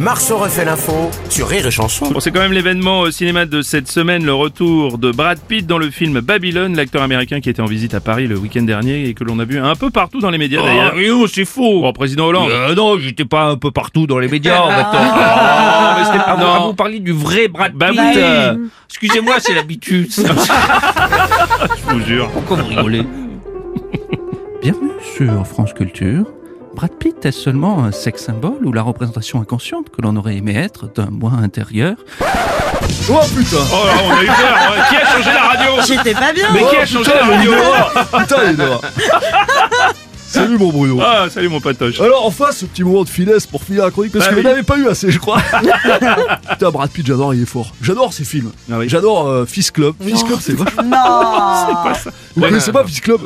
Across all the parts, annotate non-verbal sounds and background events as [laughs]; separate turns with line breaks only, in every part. Marceau refait l'info sur Rire et Chanson.
Bon, c'est quand même l'événement au cinéma de cette semaine, le retour de Brad Pitt dans le film Babylone, l'acteur américain qui était en visite à Paris le week-end dernier et que l'on a vu un peu partout dans les médias d'ailleurs.
Rio, c'est faux.
Bon, président Hollande.
Euh, non, j'étais pas un peu partout dans les médias. en fait. Ah, mais c'était pas
Non.
moi, vous parliez du vrai Brad Pitt.
Bah oui.
Euh, Excusez-moi, c'est l'habitude.
Je vous [laughs] jure.
Pourquoi vous rigolez
Bienvenue sur France Culture. Brad Pitt est seulement un sex symbole ou la représentation inconsciente que l'on aurait aimé être d'un moi intérieur
Oh là, on a eu peur. ouais. Qui a changé la radio
J'étais pas bien.
Oh, Mais
Oh,
qui a changé la radio
Putain, les
[laughs]
noirs. Salut mon Bruno
Ah, salut mon patoche.
Alors enfin ce petit moment de finesse pour finir la chronique parce
Bah
que
oui.
vous n'avez pas eu assez je
[laughs]
crois Putain Brad Pitt j'adore il est fort J'adore ses films
Ah oui.
J'adore euh, Fist Club Fist Club c'est vachement [laughs]
Non.
Vous
Ouais,
connaissez
bah,
pas Fist
[laughs]
Club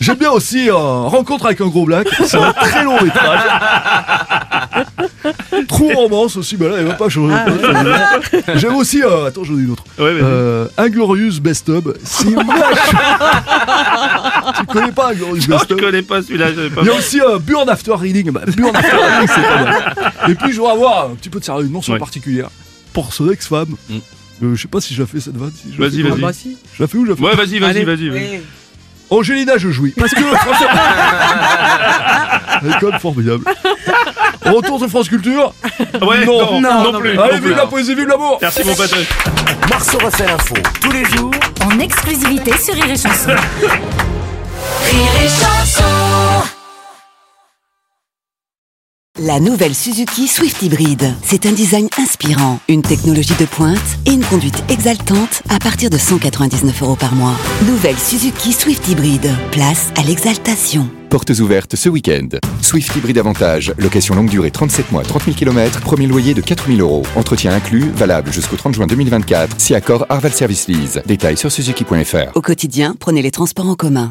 J'aime bien aussi euh, Rencontre avec un gros black C'est un très long
[laughs]
métrage Trou romance aussi bah là elle va pas changer J'aime aussi euh, Attends j'en ai une autre
Ouais, vas-y.
euh, Inglorious Best Of
[laughs]
C'est moche. Tu connais pas Inglorious
Non,
Best
Oh, je
Of
connais pas celui-là, j'avais pas.
il y a aussi euh, Burn After Reading. Bah, Burn
[laughs]
After Reading, c'est pas mal. Et puis, je voudrais avoir un petit peu de sérieux, une mention
Ouais.
particulière pour son ex-femme.
Mm.
Euh, je sais pas si je la fais cette vanne. Si je la
Vas-y,
fais
vas-y. Bah,
quand même. Je la fais où je la fais
Ouais, vas-y, vas-y, vas-y. vas-y.
Angelina, je jouis. Parce
[laughs]
que. École formidable. Retour sur France Culture.
Ah Ouais, non,
Non,
non, plus. non
Allez,
plus.
vive la poésie, vive l'amour.
Merci mon patoche.
Marceau refait l'info tous les jours
En exclusivité sur Rire et Chanson.
La nouvelle Suzuki Swift Hybrid. C'est un design inspirant, une technologie de pointe et une conduite exaltante à partir de 199 euros par mois. Nouvelle Suzuki Swift Hybrid. Place à l'exaltation.
Portes ouvertes ce week-end. Swift Hybrid Avantage, location longue durée 37 mois, 30 000 km, premier loyer de 4 000 euros. Entretien inclus, valable jusqu'au 30 juin 2024, si accord Arval Service Lease. Détails sur suzuki.fr.
Au quotidien, prenez les transports en commun.